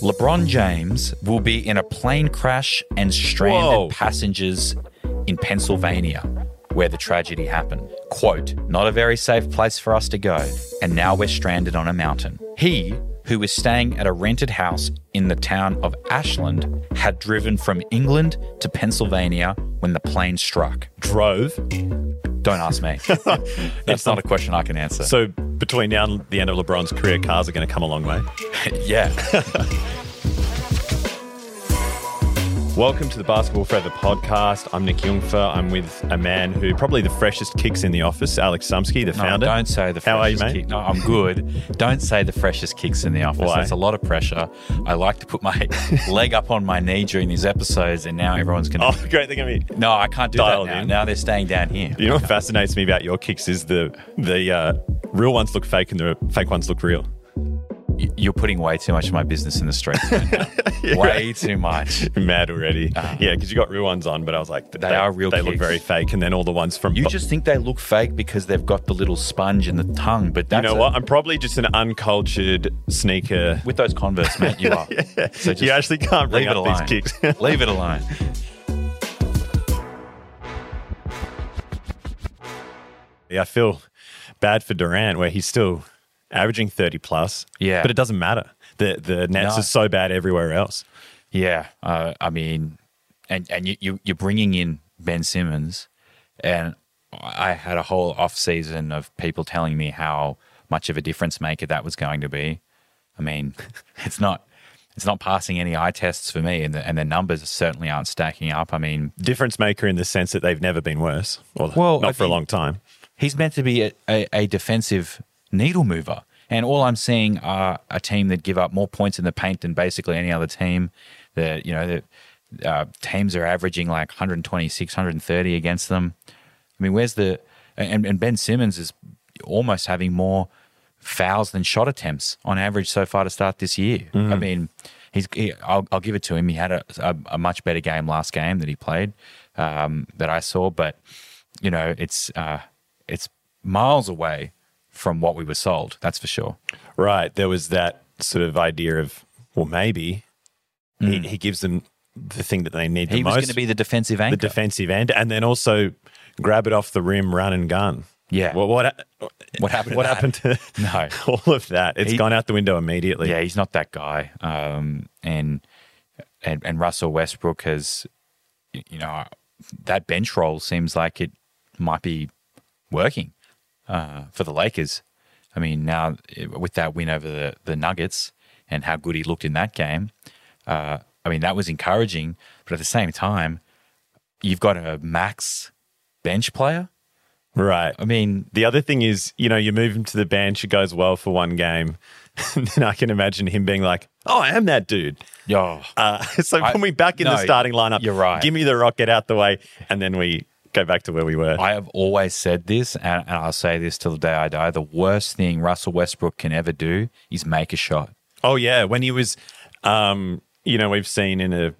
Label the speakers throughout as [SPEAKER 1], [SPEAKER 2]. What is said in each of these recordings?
[SPEAKER 1] LeBron James will be in a plane crash and stranded
[SPEAKER 2] Whoa.
[SPEAKER 1] passengers in Pennsylvania, where the tragedy happened. Quote, not a very safe place for us to go, and now we're stranded on a mountain. He, who was staying at a rented house in the town of Ashland, had driven from England to Pennsylvania when the plane struck.
[SPEAKER 2] Drove.
[SPEAKER 1] Don't ask me. That's not a question I can answer.
[SPEAKER 2] So between now and the end of LeBron's career, cars are going to come a long way.
[SPEAKER 1] yeah.
[SPEAKER 2] Welcome to the Basketball Forever podcast. I'm Nick Jungfer. I'm with a man who probably the freshest kicks in the office, Alex Sumsky, the
[SPEAKER 1] No,
[SPEAKER 2] founder.
[SPEAKER 1] Don't say the freshest
[SPEAKER 2] How are you, mate?
[SPEAKER 1] kick. No, I'm good. don't say the freshest kicks in the office.
[SPEAKER 2] Why?
[SPEAKER 1] That's a lot of pressure. I like to put my leg up on my knee during these episodes, and now everyone's going to.
[SPEAKER 2] Oh, great thing of me.
[SPEAKER 1] No, I can't do
[SPEAKER 2] Dialed
[SPEAKER 1] that now.
[SPEAKER 2] in.
[SPEAKER 1] Now they're staying down here.
[SPEAKER 2] You know what fascinates me about your kicks is the the uh, real ones look fake and the fake ones look real.
[SPEAKER 1] Y- You're putting way too much of my business in the streets. man.
[SPEAKER 2] Yeah,
[SPEAKER 1] way too much.
[SPEAKER 2] You're Mad already. yeah, because you got real ones on, but I was like, they,
[SPEAKER 1] Ah. are real
[SPEAKER 2] They look
[SPEAKER 1] kicks.
[SPEAKER 2] very fake. And then all the ones from.
[SPEAKER 1] You just think they look fake because they've got the little sponge in the tongue, but
[SPEAKER 2] you
[SPEAKER 1] that's
[SPEAKER 2] know
[SPEAKER 1] a-
[SPEAKER 2] what? I'm probably just an uncultured sneaker.
[SPEAKER 1] With those Converse, mate, you are. So
[SPEAKER 2] you actually can't bring
[SPEAKER 1] leave it
[SPEAKER 2] up
[SPEAKER 1] alone.
[SPEAKER 2] these kicks.
[SPEAKER 1] leave it alone.
[SPEAKER 2] Yeah, I feel bad for Durant, where he's still averaging 30 plus.
[SPEAKER 1] Yeah.
[SPEAKER 2] But it doesn't matter. The the Nets
[SPEAKER 1] No.
[SPEAKER 2] are so bad everywhere else.
[SPEAKER 1] Yeah, uh, I mean, and and you, you you're bringing in Ben Simmons, and I had a whole off season of people telling me how much of a difference maker that was going to be. I mean, it's not it's not passing any eye tests for me, and the, and the numbers certainly aren't stacking up. I mean,
[SPEAKER 2] Difference maker in the sense that they've never been worse. Well,
[SPEAKER 1] Well,
[SPEAKER 2] not
[SPEAKER 1] I
[SPEAKER 2] for a
[SPEAKER 1] think-
[SPEAKER 2] long time.
[SPEAKER 1] he's meant to be a, a, a defensive needle mover. And all I'm seeing are a team that give up more points in the paint than basically any other team. That you know, the uh, teams are averaging like 126, 130 against them. I mean, where's the and, and Ben Simmons is almost having more fouls than shot attempts on average so far to start this year. I mean, he's he, I'll, I'll give it to him. He had a, a, a much better game last game that he played um, that I saw, but you know, it's uh, it's miles away from what we were sold. That's for sure.
[SPEAKER 2] Right. There was that sort of idea of, well, maybe he, he gives them the thing that they need
[SPEAKER 1] Mm. He
[SPEAKER 2] the
[SPEAKER 1] was
[SPEAKER 2] most
[SPEAKER 1] going to be the defensive
[SPEAKER 2] the
[SPEAKER 1] anchor.
[SPEAKER 2] defensive end, and then also grab it off the rim, run and gun.
[SPEAKER 1] Yeah.
[SPEAKER 2] Well, what
[SPEAKER 1] What happened to
[SPEAKER 2] What
[SPEAKER 1] that?
[SPEAKER 2] happened to
[SPEAKER 1] No.
[SPEAKER 2] all of that? It's
[SPEAKER 1] He-
[SPEAKER 2] gone out the window immediately.
[SPEAKER 1] yeah, he's not that guy. Um, and and and Russell Westbrook has, y- you know, that bench role seems like it might be working uh, for the Lakers. I mean, now eh, with that win over the the Nuggets and how good he looked in that game, uh, I mean that was encouraging. But at the same time, you've got a max bench player.
[SPEAKER 2] Right.
[SPEAKER 1] I mean,
[SPEAKER 2] The other thing is, you know, you move him to the bench, it goes well for one game. And then I can imagine him being like, oh, I am that dude.
[SPEAKER 1] yo,
[SPEAKER 2] Uh, so
[SPEAKER 1] I-
[SPEAKER 2] when we back in the
[SPEAKER 1] no,
[SPEAKER 2] starting lineup,
[SPEAKER 1] you're right.
[SPEAKER 2] Give me the rock, get out the way. And then we go back to where we were.
[SPEAKER 1] I have always said this, and, and I'll say this till the day I die. The worst thing Russell Westbrook can ever do is make a shot.
[SPEAKER 2] oh, yeah. When he was, um, you know, we've seen in a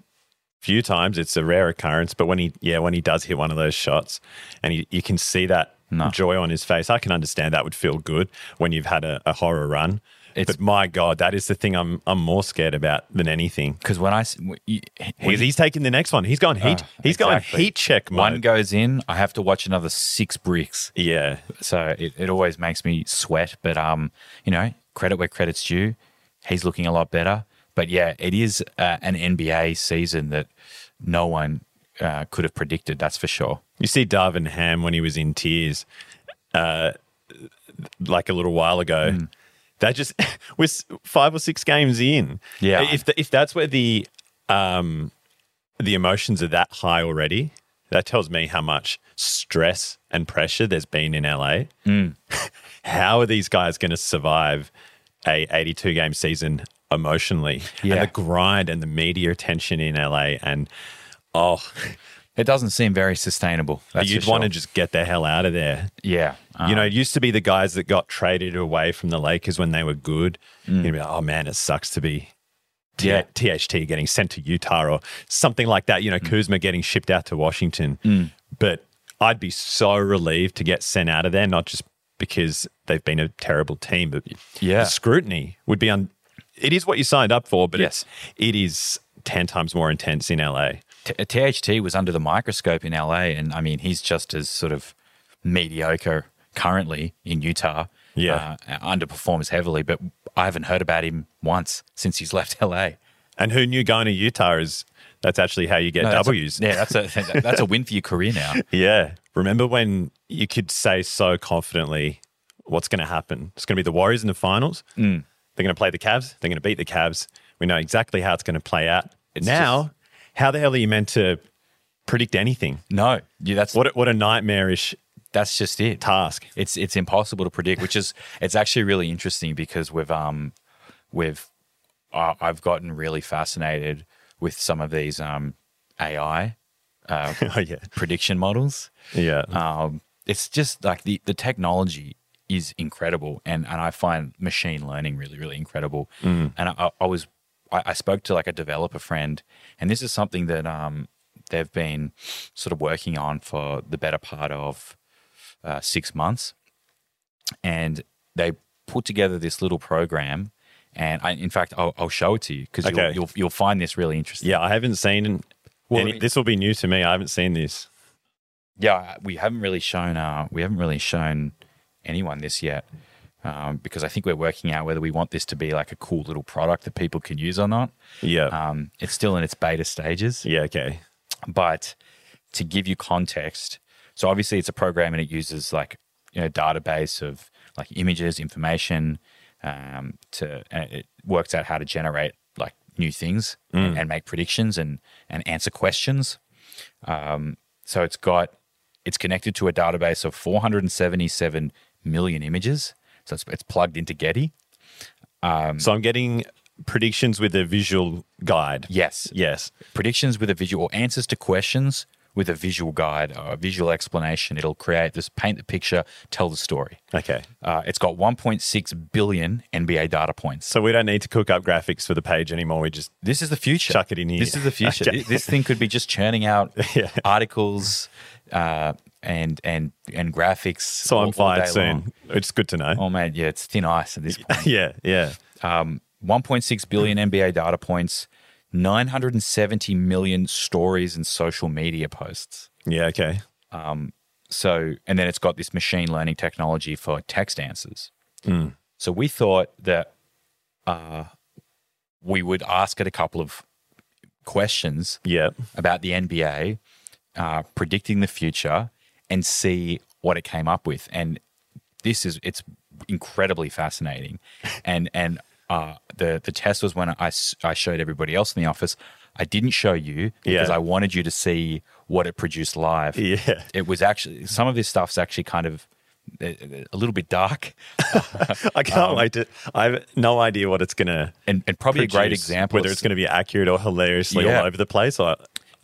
[SPEAKER 2] few times, it's a rare occurrence, but when he, yeah, when he does hit one of those shots and you, you can see that
[SPEAKER 1] No.
[SPEAKER 2] joy on his face, I can understand that would feel good when you've had a, a horror run.
[SPEAKER 1] It's-
[SPEAKER 2] but my God, that is the thing I'm, I'm more scared about than anything.
[SPEAKER 1] Because when I s- w- you-
[SPEAKER 2] He's, he's taking the next one. He's going heat.
[SPEAKER 1] Ah,
[SPEAKER 2] he's going
[SPEAKER 1] exactly.
[SPEAKER 2] heat check mode.
[SPEAKER 1] one goes in, I have to watch another six bricks.
[SPEAKER 2] yeah.
[SPEAKER 1] So it, it always makes me sweat. But um, you know, credit where credit's due. He's looking a lot better. But yeah, it is uh, an NBA season that no one uh, could have predicted. That's for sure.
[SPEAKER 2] You see Darvin Ham when he was in tears, uh, like a little while ago.
[SPEAKER 1] Hmm.
[SPEAKER 2] That just we're s- five or six games in.
[SPEAKER 1] Yeah.
[SPEAKER 2] If the, if that's where the um the emotions are that high already, that tells me how much stress and pressure there's been in LA.
[SPEAKER 1] Hmm.
[SPEAKER 2] how are these guys going to survive a 82 game season emotionally?
[SPEAKER 1] Yeah.
[SPEAKER 2] And the grind and the media attention in LA and oh,
[SPEAKER 1] It doesn't seem very sustainable. That's
[SPEAKER 2] you'd
[SPEAKER 1] for
[SPEAKER 2] want to
[SPEAKER 1] sure.
[SPEAKER 2] just get the hell out of there.
[SPEAKER 1] yeah. Uh,
[SPEAKER 2] You know, it used to be the guys that got traded away from the Lakers when they were good. You'd be like, oh man, it sucks to be T-
[SPEAKER 1] Mm. Yeah.
[SPEAKER 2] THT getting sent to Utah or something like that. You
[SPEAKER 1] Mm.
[SPEAKER 2] know, Kuzma getting shipped out to Washington. But I'd be so relieved to get sent out of there, not just because they've been a terrible team, but
[SPEAKER 1] Yeah.
[SPEAKER 2] the scrutiny would be un- it is what you signed up for, but
[SPEAKER 1] Yes.
[SPEAKER 2] it's, it is 10 times more intense in LA.
[SPEAKER 1] T- THT was under the microscope in LA, and I mean, he's just as sort of mediocre currently in Utah.
[SPEAKER 2] Yeah.
[SPEAKER 1] uh, underperforms heavily, but I haven't heard about him once since he's left LA.
[SPEAKER 2] And who knew going to Utah is that's actually how you get
[SPEAKER 1] No, that's a-
[SPEAKER 2] W's.
[SPEAKER 1] yeah, that's a that's a win for your career now.
[SPEAKER 2] Yeah. Remember when you could say so confidently what's going to happen? It's going to be the Warriors in the finals. Mm. They're going to play the Cavs. They're going to beat the Cavs. We know exactly how it's going to play out. now, how the hell are you meant to predict anything?
[SPEAKER 1] No, yeah, that's
[SPEAKER 2] What a, what a nightmarish
[SPEAKER 1] that's just it.
[SPEAKER 2] task.
[SPEAKER 1] It's it's impossible to predict, which is it's actually really interesting because we've um we've I I've gotten really fascinated with some of these um AI
[SPEAKER 2] oh yeah, Uh,
[SPEAKER 1] prediction models.
[SPEAKER 2] yeah.
[SPEAKER 1] Um, it's just like the the technology is incredible, and and I find machine learning really really incredible. And I, I was I, I spoke to like a developer friend, and this is something that um they've been sort of working on for the better part of uh, six months, and they put together this little program. And I, in fact, I'll, I'll show it to you because
[SPEAKER 2] Okay.
[SPEAKER 1] you'll, you'll you'll find this really interesting.
[SPEAKER 2] yeah, I haven't seen.
[SPEAKER 1] Well,
[SPEAKER 2] any,
[SPEAKER 1] I mean-
[SPEAKER 2] this will be new to me. I haven't seen this.
[SPEAKER 1] yeah, we haven't really shown uh, we haven't really shown anyone this yet um, because I think we're working out whether we want this to be like a cool little product that people can use or not.
[SPEAKER 2] Yeah,
[SPEAKER 1] Um, it's still in its beta stages,
[SPEAKER 2] yeah. Okay.
[SPEAKER 1] but to give you context, so obviously it's a program and it uses like you know database of like images, information um, to and it works out how to generate like new things and, and make predictions and and answer questions. Um, So it's got it's connected to a database of 477 million images. So it's, it's plugged into Getty.
[SPEAKER 2] so I'm getting predictions with a visual guide.
[SPEAKER 1] Yes.
[SPEAKER 2] Yes.
[SPEAKER 1] Predictions with a visual or answers to questions with a visual guide or a visual explanation. It'll create this paint the picture, tell the story.
[SPEAKER 2] Okay.
[SPEAKER 1] Uh, it's got 1.6 billion NBA data points.
[SPEAKER 2] So we don't need to cook up graphics for the page anymore. We just
[SPEAKER 1] This is the future.
[SPEAKER 2] Chuck it in here.
[SPEAKER 1] This is the future.
[SPEAKER 2] Okay.
[SPEAKER 1] This thing could be just churning out articles uh, and and and graphics.
[SPEAKER 2] so
[SPEAKER 1] all- all
[SPEAKER 2] I'm fired
[SPEAKER 1] day long.
[SPEAKER 2] soon. It's good to know.
[SPEAKER 1] Oh man, yeah, it's thin ice at this point.
[SPEAKER 2] Yeah, yeah.
[SPEAKER 1] 1.6 billion NBA data points, 970 million stories and social media posts.
[SPEAKER 2] Yeah, okay.
[SPEAKER 1] So, and then it's got this machine learning technology for text answers.
[SPEAKER 2] Mm.
[SPEAKER 1] So we thought that uh, we would ask it a couple of questions
[SPEAKER 2] Yeah.
[SPEAKER 1] about the NBA, uh, predicting the future, and see what it came up with. And this is it's incredibly fascinating. And and uh, the the test was when I s- I showed everybody else in the office. I didn't show you because
[SPEAKER 2] Yeah.
[SPEAKER 1] I wanted you to see what it produced live.
[SPEAKER 2] Yeah.
[SPEAKER 1] It was actually some of this stuff's actually kind of uh, a, a little bit dark
[SPEAKER 2] I can't wait to I have no idea what it's gonna
[SPEAKER 1] and, and Um, probably a great
[SPEAKER 2] produce,
[SPEAKER 1] example.
[SPEAKER 2] Whether
[SPEAKER 1] of
[SPEAKER 2] it's gonna be accurate or hilariously
[SPEAKER 1] Yeah.
[SPEAKER 2] all over the place or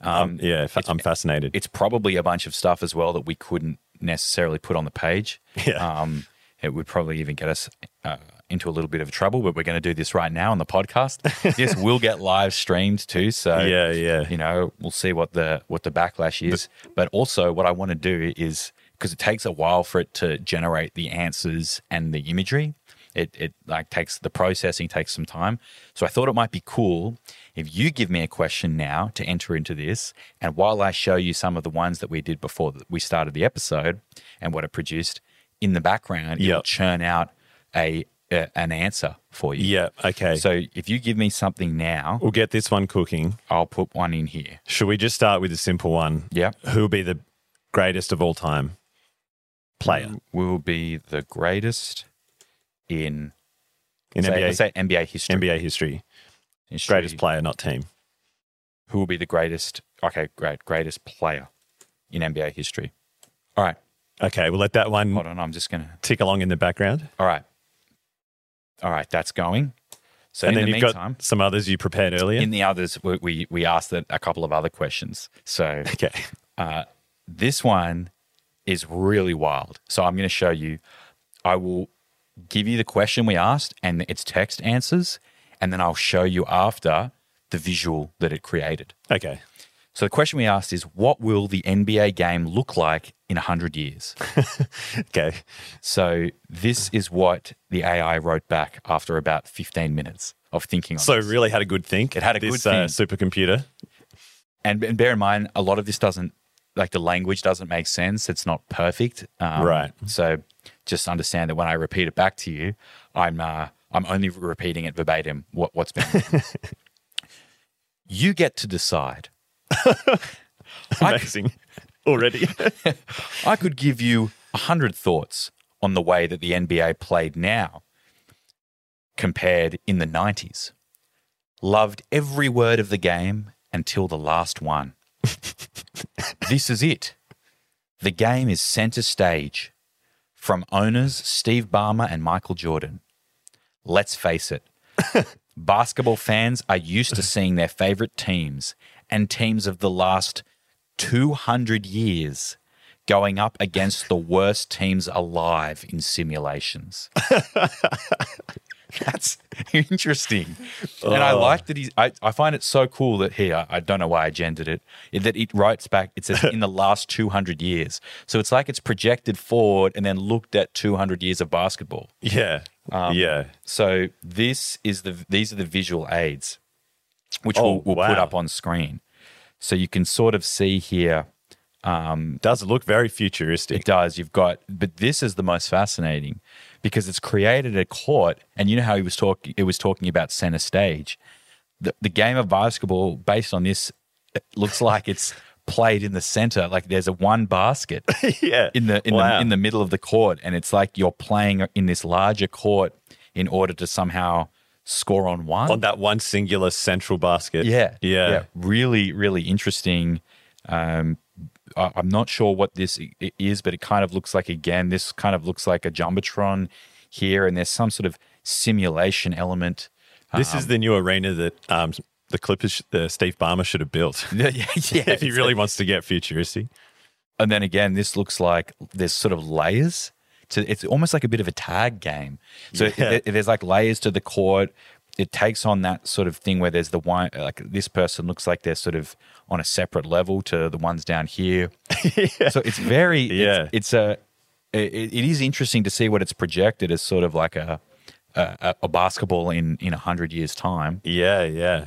[SPEAKER 2] um, yeah, fa- I'm fascinated.
[SPEAKER 1] it's probably a bunch of stuff as well that we couldn't necessarily put on the page.
[SPEAKER 2] Yeah.
[SPEAKER 1] Um, it would probably even get us uh, into a little bit of trouble, but we're going to do this right now on the podcast. this will get live streamed too, so
[SPEAKER 2] Yeah, yeah.
[SPEAKER 1] you know, we'll see what the what the backlash is. But also, what I want to do is because it takes a while for it to generate the answers and the imagery. It, it like takes the processing takes some time. So I thought it might be cool if you give me a question now to enter into this, and while I show you some of the ones that we did before that we started the episode and what it produced in the background, it'll
[SPEAKER 2] Yep.
[SPEAKER 1] churn out a, a an answer for you.
[SPEAKER 2] yeah, okay. So
[SPEAKER 1] So if you give me something now,
[SPEAKER 2] we'll get this one cooking.
[SPEAKER 1] I'll put one in here.
[SPEAKER 2] Should we just start with a simple one?
[SPEAKER 1] Yeah.
[SPEAKER 2] Who'll be the greatest of all time? Player
[SPEAKER 1] will be the greatest in,
[SPEAKER 2] in
[SPEAKER 1] say,
[SPEAKER 2] NBA
[SPEAKER 1] let's say NBA history.
[SPEAKER 2] NBA history.
[SPEAKER 1] History.
[SPEAKER 2] Greatest player, not team.
[SPEAKER 1] Who will be the greatest? Okay, great. Greatest player in NBA history. All right.
[SPEAKER 2] Okay, we'll let that one
[SPEAKER 1] Hold on. I'm just going to.
[SPEAKER 2] tick along in the background.
[SPEAKER 1] All right. All right. That's going. So
[SPEAKER 2] and
[SPEAKER 1] in
[SPEAKER 2] then
[SPEAKER 1] the
[SPEAKER 2] you've
[SPEAKER 1] meantime,
[SPEAKER 2] got some others you prepared earlier.
[SPEAKER 1] in the others, we, we, we asked that a couple of other questions. So
[SPEAKER 2] okay.
[SPEAKER 1] uh, this one is really wild. So I'm going to show you. I will give you the question we asked and its text answers, and then I'll show you after the visual that it created.
[SPEAKER 2] Okay.
[SPEAKER 1] So the question we asked is, what will the NBA game look like in 100 years?
[SPEAKER 2] Okay.
[SPEAKER 1] so this is what the AI wrote back after about 15 minutes. of thinking. On
[SPEAKER 2] So
[SPEAKER 1] this.
[SPEAKER 2] really had a good think.
[SPEAKER 1] It had a
[SPEAKER 2] this,
[SPEAKER 1] good
[SPEAKER 2] Uh, supercomputer.
[SPEAKER 1] and, and bear in mind, a lot of this doesn't like the language doesn't make sense. It's not perfect, um,
[SPEAKER 2] Right.
[SPEAKER 1] So just understand that when I repeat it back to you, I'm uh, I'm only repeating it verbatim what what's been. written. you get to decide. I-
[SPEAKER 2] Amazing already.
[SPEAKER 1] I could give you a hundred thoughts on the way that the NBA played now compared in the 90s. Loved every word of the game until the last one. this is it. The game is center stage from owners Steve Ballmer and Michael Jordan. Let's face it, basketball fans are used to seeing their favorite teams and teams of the last 200 years going up against the worst teams alive in simulations. That's interesting. And I like that he's, I, I find it so cool that here, I don't know why I gendered it, that it writes back, it says in the last 200 years. So it's like it's projected forward and then looked at 200 years of basketball.
[SPEAKER 2] yeah.
[SPEAKER 1] Um,
[SPEAKER 2] yeah.
[SPEAKER 1] So this is the these are the visual aids, which
[SPEAKER 2] Oh,
[SPEAKER 1] we'll, we'll put
[SPEAKER 2] wow.
[SPEAKER 1] up on screen. So you can sort of see here.
[SPEAKER 2] Does look very futuristic.
[SPEAKER 1] It does. You've got, but this is the most fascinating because it's created a court, and you know how he was talking. It was talking about center stage. The, the game of basketball based on this it looks like it's played in the center. Like there's a one basket.
[SPEAKER 2] yeah.
[SPEAKER 1] in the in
[SPEAKER 2] Wow.
[SPEAKER 1] the in the middle of the court, and it's like you're playing in this larger court in order to somehow score on one.
[SPEAKER 2] on that one singular central basket.
[SPEAKER 1] yeah,
[SPEAKER 2] Yeah.
[SPEAKER 1] really, really interesting. Um, I, I'm not sure what this i- i- is, but it kind of looks like again, this kind of looks like a jumbotron here, and there's some sort of simulation element.
[SPEAKER 2] This
[SPEAKER 1] Um,
[SPEAKER 2] is the new arena that um, the Clippers, uh, Steve Barmer should have built.
[SPEAKER 1] yeah,
[SPEAKER 2] if he really wants to get futuristic.
[SPEAKER 1] And then again, this looks like there's sort of layers to it's almost like a bit of a tag game. So it-
[SPEAKER 2] Yeah.
[SPEAKER 1] it- there's like layers to the court. It takes on that sort of thing where there's the one, like this person looks like they're sort of on a separate level to the ones down here. So it's very,
[SPEAKER 2] Yeah.
[SPEAKER 1] it's, it's a, it, it is interesting to see what it's projected as sort of like a, a, a basketball in, in a hundred years time.
[SPEAKER 2] Yeah, yeah.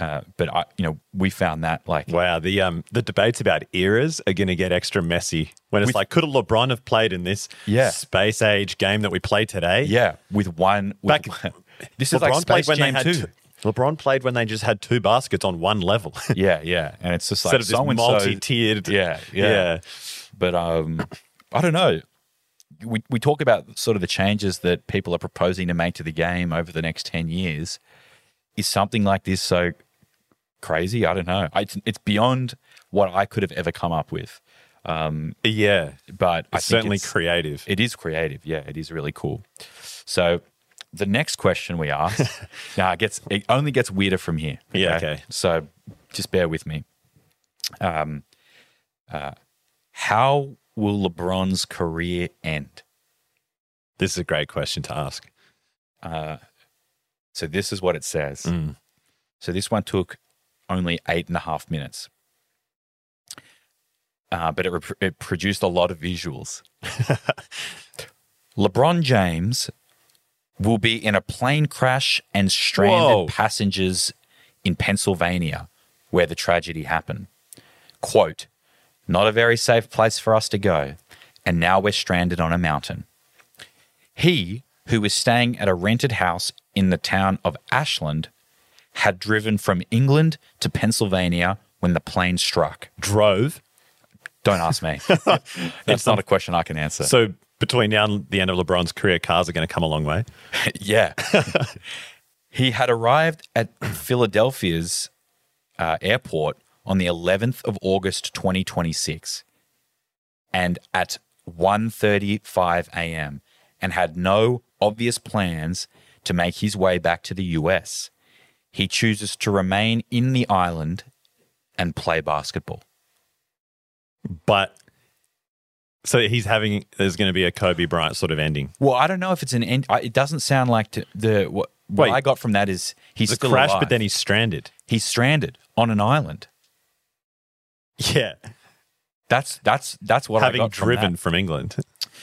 [SPEAKER 1] Uh, but I, you know, we found that like
[SPEAKER 2] Wow. The um the debates about eras are gonna get extra messy when it's
[SPEAKER 1] With-
[SPEAKER 2] like, could a LeBron have played in this
[SPEAKER 1] Yeah.
[SPEAKER 2] space age game that we play today?
[SPEAKER 1] Yeah, with one. With,
[SPEAKER 2] Back-
[SPEAKER 1] this is
[SPEAKER 2] LeBron
[SPEAKER 1] like Space
[SPEAKER 2] played when
[SPEAKER 1] Jam
[SPEAKER 2] they had
[SPEAKER 1] 2.
[SPEAKER 2] two- LeBron played when they just had two baskets on one level
[SPEAKER 1] Yeah, yeah, and it's just like
[SPEAKER 2] instead of this
[SPEAKER 1] so and so.
[SPEAKER 2] multi-tiered.
[SPEAKER 1] Yeah, yeah, But um, I don't know. We we talk about sort of the changes that people are proposing to make to the game over the next ten years. Is something like this so crazy? I don't know. I, it's, it's beyond what I could have ever come up with.
[SPEAKER 2] yeah, yeah.
[SPEAKER 1] But I think
[SPEAKER 2] It's certainly
[SPEAKER 1] it's-
[SPEAKER 2] creative.
[SPEAKER 1] It is creative. Yeah, it is really cool. So the next question we asked, now it gets it only gets weirder from here.
[SPEAKER 2] Yeah, okay.
[SPEAKER 1] So just bear with me. Um, uh, how will LeBron's career end?
[SPEAKER 2] This is a great question to ask.
[SPEAKER 1] So this is what it says.
[SPEAKER 2] Mm.
[SPEAKER 1] So this one took only eight and a half minutes. Uh, but it, rep it produced a lot of visuals. LeBron James will be in a plane crash and stranded
[SPEAKER 2] Whoa.
[SPEAKER 1] passengers in Pennsylvania, where the tragedy happened. Quote, not a very safe place for us to go, and now we're stranded on a mountain. He, who was staying at a rented house in the town of Ashland, had driven from England to Pennsylvania when the plane struck.
[SPEAKER 2] Drove.
[SPEAKER 1] Don't ask me. it's not a question I can answer.
[SPEAKER 2] So between now and the end of LeBron's career, cars are going to come a long way.
[SPEAKER 1] yeah. he had arrived at Philadelphia's uh, airport on the 11th of August 2026 and at 1:35 a.m. and had no obvious plans to make his way back to the US. He chooses to remain in the island and play basketball.
[SPEAKER 2] But so he's having there's going to be a Kobe Bryant sort of ending.
[SPEAKER 1] Well, I don't know if it's an end. I, it doesn't sound like to, the what, what
[SPEAKER 2] Wait.
[SPEAKER 1] I got from that is he's
[SPEAKER 2] It's a
[SPEAKER 1] still
[SPEAKER 2] crash,
[SPEAKER 1] alive.
[SPEAKER 2] but then he's stranded.
[SPEAKER 1] he's stranded on an island.
[SPEAKER 2] Yeah,
[SPEAKER 1] That's that's that's what I
[SPEAKER 2] having
[SPEAKER 1] got from
[SPEAKER 2] driven
[SPEAKER 1] that.
[SPEAKER 2] from, England.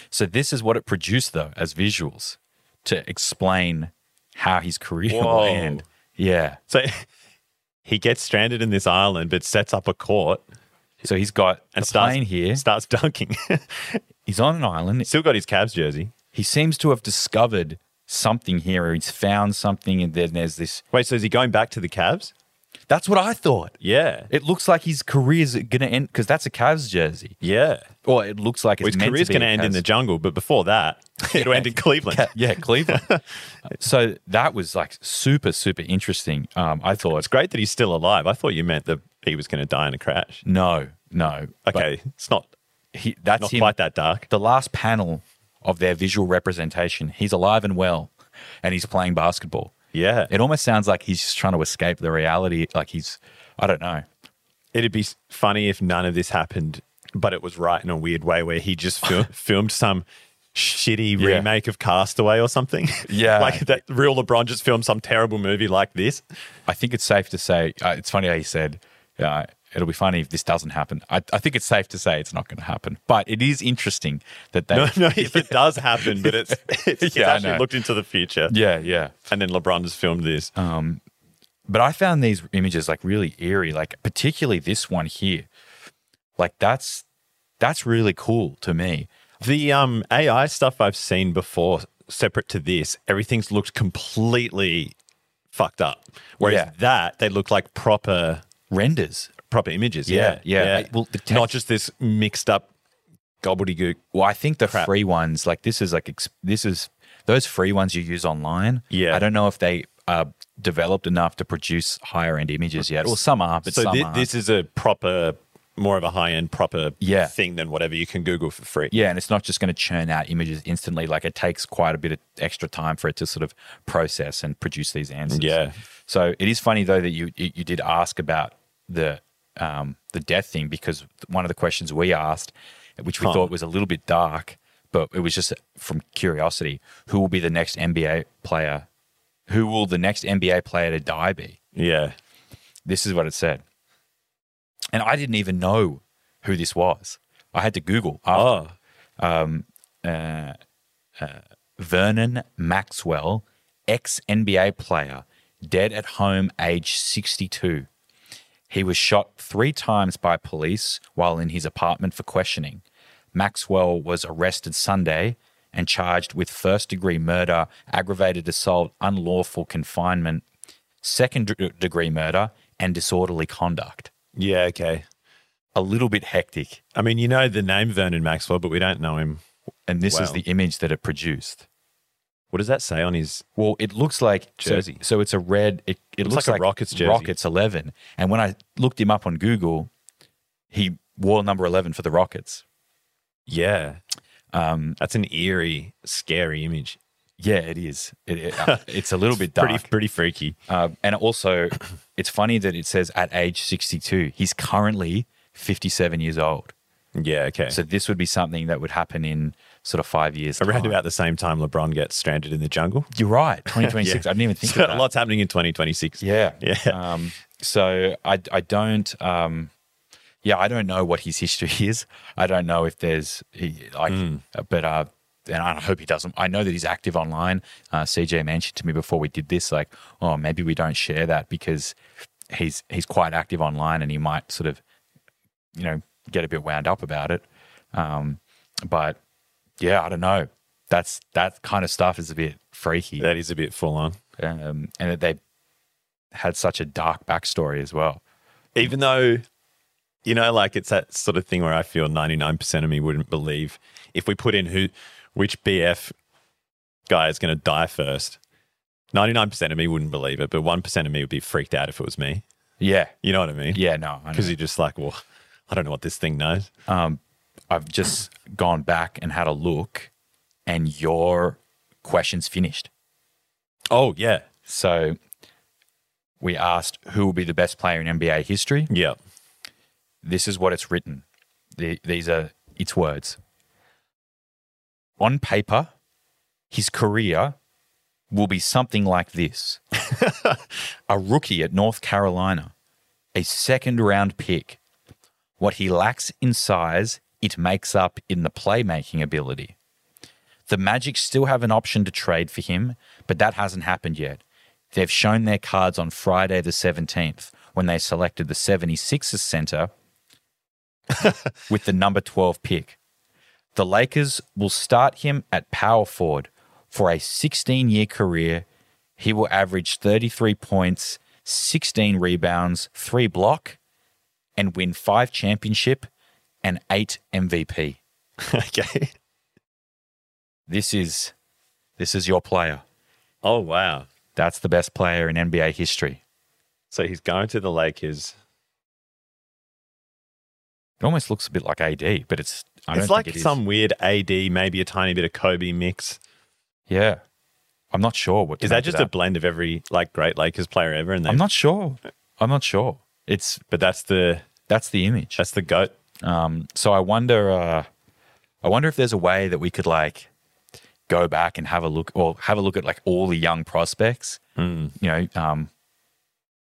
[SPEAKER 1] So this is what it produced though as visuals to explain how his career will
[SPEAKER 2] Whoa.
[SPEAKER 1] end. Yeah.
[SPEAKER 2] So he gets stranded in this island, but sets up a court
[SPEAKER 1] So he's got
[SPEAKER 2] and
[SPEAKER 1] a
[SPEAKER 2] starts
[SPEAKER 1] plane here.
[SPEAKER 2] starts dunking.
[SPEAKER 1] He's on an island.
[SPEAKER 2] Still got his Cavs jersey.
[SPEAKER 1] He seems to have discovered something here, or he's found something, and then there's this.
[SPEAKER 2] Wait, so is he going back to the Cavs?
[SPEAKER 1] That's what I thought.
[SPEAKER 2] Yeah,
[SPEAKER 1] It looks like his career's gonna end because that's a Cavs jersey.
[SPEAKER 2] yeah.
[SPEAKER 1] Or it looks like it's
[SPEAKER 2] Well, his
[SPEAKER 1] meant
[SPEAKER 2] career's
[SPEAKER 1] to be
[SPEAKER 2] going to
[SPEAKER 1] a
[SPEAKER 2] end in
[SPEAKER 1] Cavs-
[SPEAKER 2] the jungle, but before that, it'll end in Cleveland.
[SPEAKER 1] Ca- yeah, Cleveland. so that was like super, super interesting. Um, I thought
[SPEAKER 2] It's great that he's still alive. I thought you meant that he was going to die in a crash.
[SPEAKER 1] no, no. but
[SPEAKER 2] Okay, it's not
[SPEAKER 1] he, that's
[SPEAKER 2] not
[SPEAKER 1] him.
[SPEAKER 2] quite that dark.
[SPEAKER 1] The last panel of their visual representation. He's alive and well, and he's playing basketball.
[SPEAKER 2] Yeah,
[SPEAKER 1] It almost sounds like he's just trying to escape the reality. Like he's, I don't know.
[SPEAKER 2] it'd be s- funny if none of this happened, but it was right in a weird way where he just fil- filmed some shitty
[SPEAKER 1] Yeah.
[SPEAKER 2] remake of Castaway or something.
[SPEAKER 1] Yeah.
[SPEAKER 2] like that real LeBron just filmed some terrible movie like this.
[SPEAKER 1] I think it's safe to say uh, it's funny how you said uh, it'll be funny if this doesn't happen. I, I think it's safe to say it's not going to happen, but it is interesting that they.
[SPEAKER 2] No, no, if it does happen, but it's it's, it's
[SPEAKER 1] Yeah, I
[SPEAKER 2] actually
[SPEAKER 1] know.
[SPEAKER 2] looked into the future.
[SPEAKER 1] Yeah, Uh. yeah.
[SPEAKER 2] And then LeBron just filmed this.
[SPEAKER 1] But I found these images like really eerie, like particularly this one here. Like that's that's really cool to me.
[SPEAKER 2] The um, AI stuff I've seen before, separate to this, everything's looked completely fucked up. Whereas
[SPEAKER 1] Yeah.
[SPEAKER 2] that, they look like proper
[SPEAKER 1] Renders.
[SPEAKER 2] proper images.
[SPEAKER 1] Yeah,
[SPEAKER 2] Yeah,
[SPEAKER 1] yeah. I- well, the
[SPEAKER 2] not
[SPEAKER 1] text-
[SPEAKER 2] just this mixed up gobbledygook.
[SPEAKER 1] Well, I think the
[SPEAKER 2] Crap.
[SPEAKER 1] free ones, like this is like ex- this is those free ones you use online.
[SPEAKER 2] Yeah.
[SPEAKER 1] I don't know if they are developed enough to produce higher end images yet. Well, some are, but
[SPEAKER 2] so
[SPEAKER 1] some
[SPEAKER 2] thi-
[SPEAKER 1] aren't.
[SPEAKER 2] this is a proper, more of a high end proper
[SPEAKER 1] Yeah.
[SPEAKER 2] thing than whatever you can Google for free.
[SPEAKER 1] Yeah, and it's not just going to churn out images instantly. Like it takes quite a bit of extra time for it to sort of process and produce these answers.
[SPEAKER 2] Yeah.
[SPEAKER 1] So it is funny though that you you you did ask about the um, the death thing because one of the questions we asked, which we thought was a little bit dark, but it was just from curiosity, who will be the next NBA player? Who will the next NBA player to die be?
[SPEAKER 2] yeah.
[SPEAKER 1] This is what it said. And I didn't even know who this was. I had to Google. after.
[SPEAKER 2] Oh,
[SPEAKER 1] Vernon Maxwell, ex NBA player, dead at home, age 62. He was shot three times by police while in his apartment for questioning. Maxwell was arrested Sunday and charged with first degree murder, aggravated assault, unlawful confinement, second d- degree murder, and disorderly conduct.
[SPEAKER 2] yeah. Okay.
[SPEAKER 1] A little bit hectic.
[SPEAKER 2] I mean, you know the name Vernon Maxwell, but we don't know him.
[SPEAKER 1] And this is
[SPEAKER 2] Wow.
[SPEAKER 1] the image that it produced.
[SPEAKER 2] What does that say on his?
[SPEAKER 1] Well, it looks like so-
[SPEAKER 2] Jersey.
[SPEAKER 1] So, it's a red. It, it looks
[SPEAKER 2] like a Rockets jersey.
[SPEAKER 1] Rockets eleven. And when I looked him up on Google, he wore number eleven for the Rockets.
[SPEAKER 2] Yeah,
[SPEAKER 1] Um,
[SPEAKER 2] that's an eerie, scary image.
[SPEAKER 1] yeah, it is. It, it- uh, it's a little bit dark.
[SPEAKER 2] Pretty, pretty freaky.
[SPEAKER 1] Uh, and also, it's funny that it says at age sixty-two. He's currently fifty-seven years old.
[SPEAKER 2] Yeah. Okay.
[SPEAKER 1] So this would be something that would happen in sort of five years.
[SPEAKER 2] Around
[SPEAKER 1] time.
[SPEAKER 2] about the same time, LeBron gets stranded in the jungle.
[SPEAKER 1] You're right. Twenty twenty-six. I didn't even think
[SPEAKER 2] So
[SPEAKER 1] of that.
[SPEAKER 2] a lot's happening in 2026.
[SPEAKER 1] Yeah.
[SPEAKER 2] Yeah.
[SPEAKER 1] Um, so I, I don't, um, yeah, I don't know what his history is. I don't know if there's he- like, but, uh, and I hope he doesn't. I know that he's active online. Uh, CJ mentioned to me before we did this, like, oh, maybe we don't share that because he's he's quite active online and he might sort of, you know, get a bit wound up about it. Um, but yeah, I don't know. That's that kind of stuff is a bit freaky
[SPEAKER 2] That is a bit full on.
[SPEAKER 1] um, and that they had such a dark backstory as well.
[SPEAKER 2] even though you know like it's that sort of thing where i feel 99% of me wouldn't believe if we put in who which bf guy is going to die first 99% of me wouldn't believe it but 1% of me would be freaked out if it was me
[SPEAKER 1] Yeah,
[SPEAKER 2] you know what i mean
[SPEAKER 1] yeah, no, I know.
[SPEAKER 2] because you're just like well i don't know what this thing knows
[SPEAKER 1] um, I've just gone back and had a look, and your question's finished.
[SPEAKER 2] oh yeah
[SPEAKER 1] So we asked who will be the best player in NBA history.
[SPEAKER 2] yeah
[SPEAKER 1] This is what it's written. The, these are its words. On paper, his career will be something like this a rookie at North Carolina, a second round pick. What he lacks in size, it makes up in the playmaking ability. The Magic still have an option to trade for him, but that hasn't happened yet. They've shown their cards on Friday, the 17th, when they selected the 76ers center with the number 12 pick. The Lakers will start him at power forward for a 16 year career. He will average 33 points, 16 rebounds, three block, and win five championship and eight MVP.
[SPEAKER 2] okay.
[SPEAKER 1] This is this is your player.
[SPEAKER 2] Oh wow.
[SPEAKER 1] That's the best player in NBA history.
[SPEAKER 2] So he's going to the Lakers.
[SPEAKER 1] It almost looks a bit like AD, but it's I don't
[SPEAKER 2] it's like
[SPEAKER 1] think it is.
[SPEAKER 2] some weird AD, maybe a tiny bit of Kobe mix.
[SPEAKER 1] yeah. I'm not sure what to
[SPEAKER 2] Is that
[SPEAKER 1] make of
[SPEAKER 2] just a blend of every like great Lakers player ever? And
[SPEAKER 1] I'm
[SPEAKER 2] then,
[SPEAKER 1] not sure. I'm not sure. It's
[SPEAKER 2] but that's the
[SPEAKER 1] that's the image.
[SPEAKER 2] that's the goat.
[SPEAKER 1] Um, so I wonder, uh, I wonder if there's a way that we could like go back and have a look, or have a look at like all the young prospects.
[SPEAKER 2] Mm.
[SPEAKER 1] You know, um,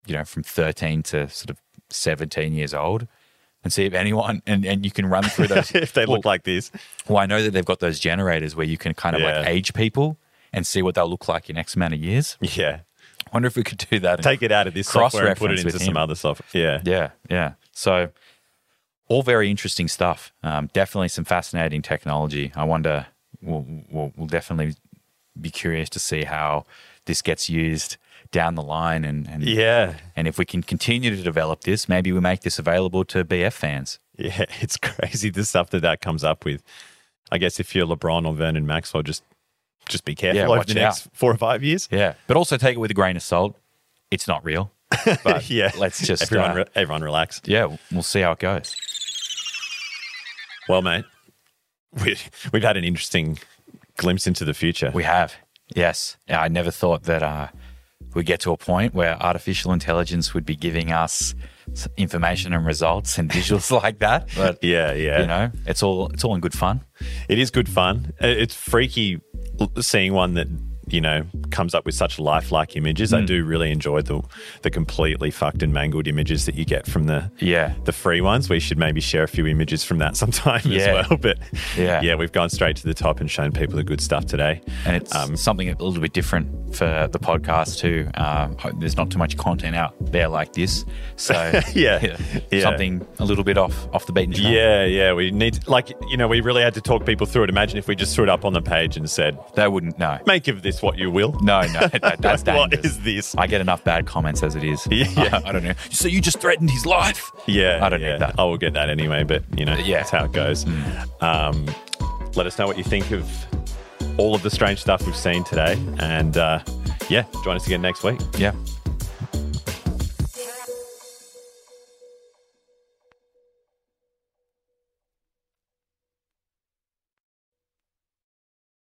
[SPEAKER 1] you know, from 13 to sort of 17 years old, and see if anyone and and you can run through those.
[SPEAKER 2] if they look
[SPEAKER 1] Well,
[SPEAKER 2] like this,
[SPEAKER 1] well, I know that they've got those generators where you can kind of like
[SPEAKER 2] Yeah.
[SPEAKER 1] age people and see what they'll look like in X amount of years.
[SPEAKER 2] yeah,
[SPEAKER 1] I wonder if we could do that. and-
[SPEAKER 2] take it out of this software and put
[SPEAKER 1] Cross-reference
[SPEAKER 2] it into
[SPEAKER 1] with
[SPEAKER 2] some
[SPEAKER 1] him.
[SPEAKER 2] other software. Yeah,
[SPEAKER 1] Yeah, yeah. So all very interesting stuff. Um, definitely some fascinating technology. I wonder. We'll, we'll, we'll definitely be curious to see how this gets used down the line, and and,
[SPEAKER 2] yeah,
[SPEAKER 1] and if we can continue to develop this, maybe we make this available to BF fans.
[SPEAKER 2] yeah. It's crazy the stuff that that comes up with. I guess if you're LeBron or Vernon Maxwell, just just be careful
[SPEAKER 1] Yeah,
[SPEAKER 2] over
[SPEAKER 1] watch
[SPEAKER 2] the
[SPEAKER 1] out.
[SPEAKER 2] next four or five years.
[SPEAKER 1] Yeah, but also take it with a grain of salt. It's not real. But
[SPEAKER 2] yeah,
[SPEAKER 1] let's just,
[SPEAKER 2] everyone
[SPEAKER 1] uh,
[SPEAKER 2] re- everyone relax.
[SPEAKER 1] Yeah, we'll see how it goes.
[SPEAKER 2] Well, mate, we we've had an interesting glimpse into the future.
[SPEAKER 1] We have. Yes. I never thought that uh, we'd get to a point where artificial intelligence would be giving us s- information and results and visuals like that. But,
[SPEAKER 2] yeah, yeah.
[SPEAKER 1] you know, it's all it's all in good fun.
[SPEAKER 2] It is good fun. I- It's freaky l- seeing one that you know comes up with such lifelike images.
[SPEAKER 1] Hmm.
[SPEAKER 2] I do really enjoy the the completely fucked and mangled images that you get from the
[SPEAKER 1] Yeah.
[SPEAKER 2] the free ones. We should maybe share a few images from that sometime
[SPEAKER 1] Yeah.
[SPEAKER 2] as well. But
[SPEAKER 1] Yeah.
[SPEAKER 2] yeah, we've gone straight to the top and shown people the good stuff today.
[SPEAKER 1] And it's
[SPEAKER 2] Um,
[SPEAKER 1] something a little bit different for the podcast too. Um, ho- there's not too much content out there like this, so
[SPEAKER 2] Yeah. Yeah.
[SPEAKER 1] something a little bit off off the beaten track.
[SPEAKER 2] Yeah, yeah. We need to, like you know we really had to talk people through it. Imagine if we just threw it up on the page and said,
[SPEAKER 1] they wouldn't know.
[SPEAKER 2] "Make of this what you will."
[SPEAKER 1] No, no, that, that's dangerous.
[SPEAKER 2] what is this?
[SPEAKER 1] I get enough bad comments as it is.
[SPEAKER 2] Yeah.
[SPEAKER 1] I, don't know. So you just threatened his life.
[SPEAKER 2] Yeah,
[SPEAKER 1] I don't
[SPEAKER 2] yeah.
[SPEAKER 1] need that.
[SPEAKER 2] I will get that anyway, but you know,
[SPEAKER 1] Yeah. Hmm.
[SPEAKER 2] that's how it goes. Um, let us know what you think of all of the strange stuff we've seen today, and uh, yeah, join us again next week.
[SPEAKER 1] Yeah.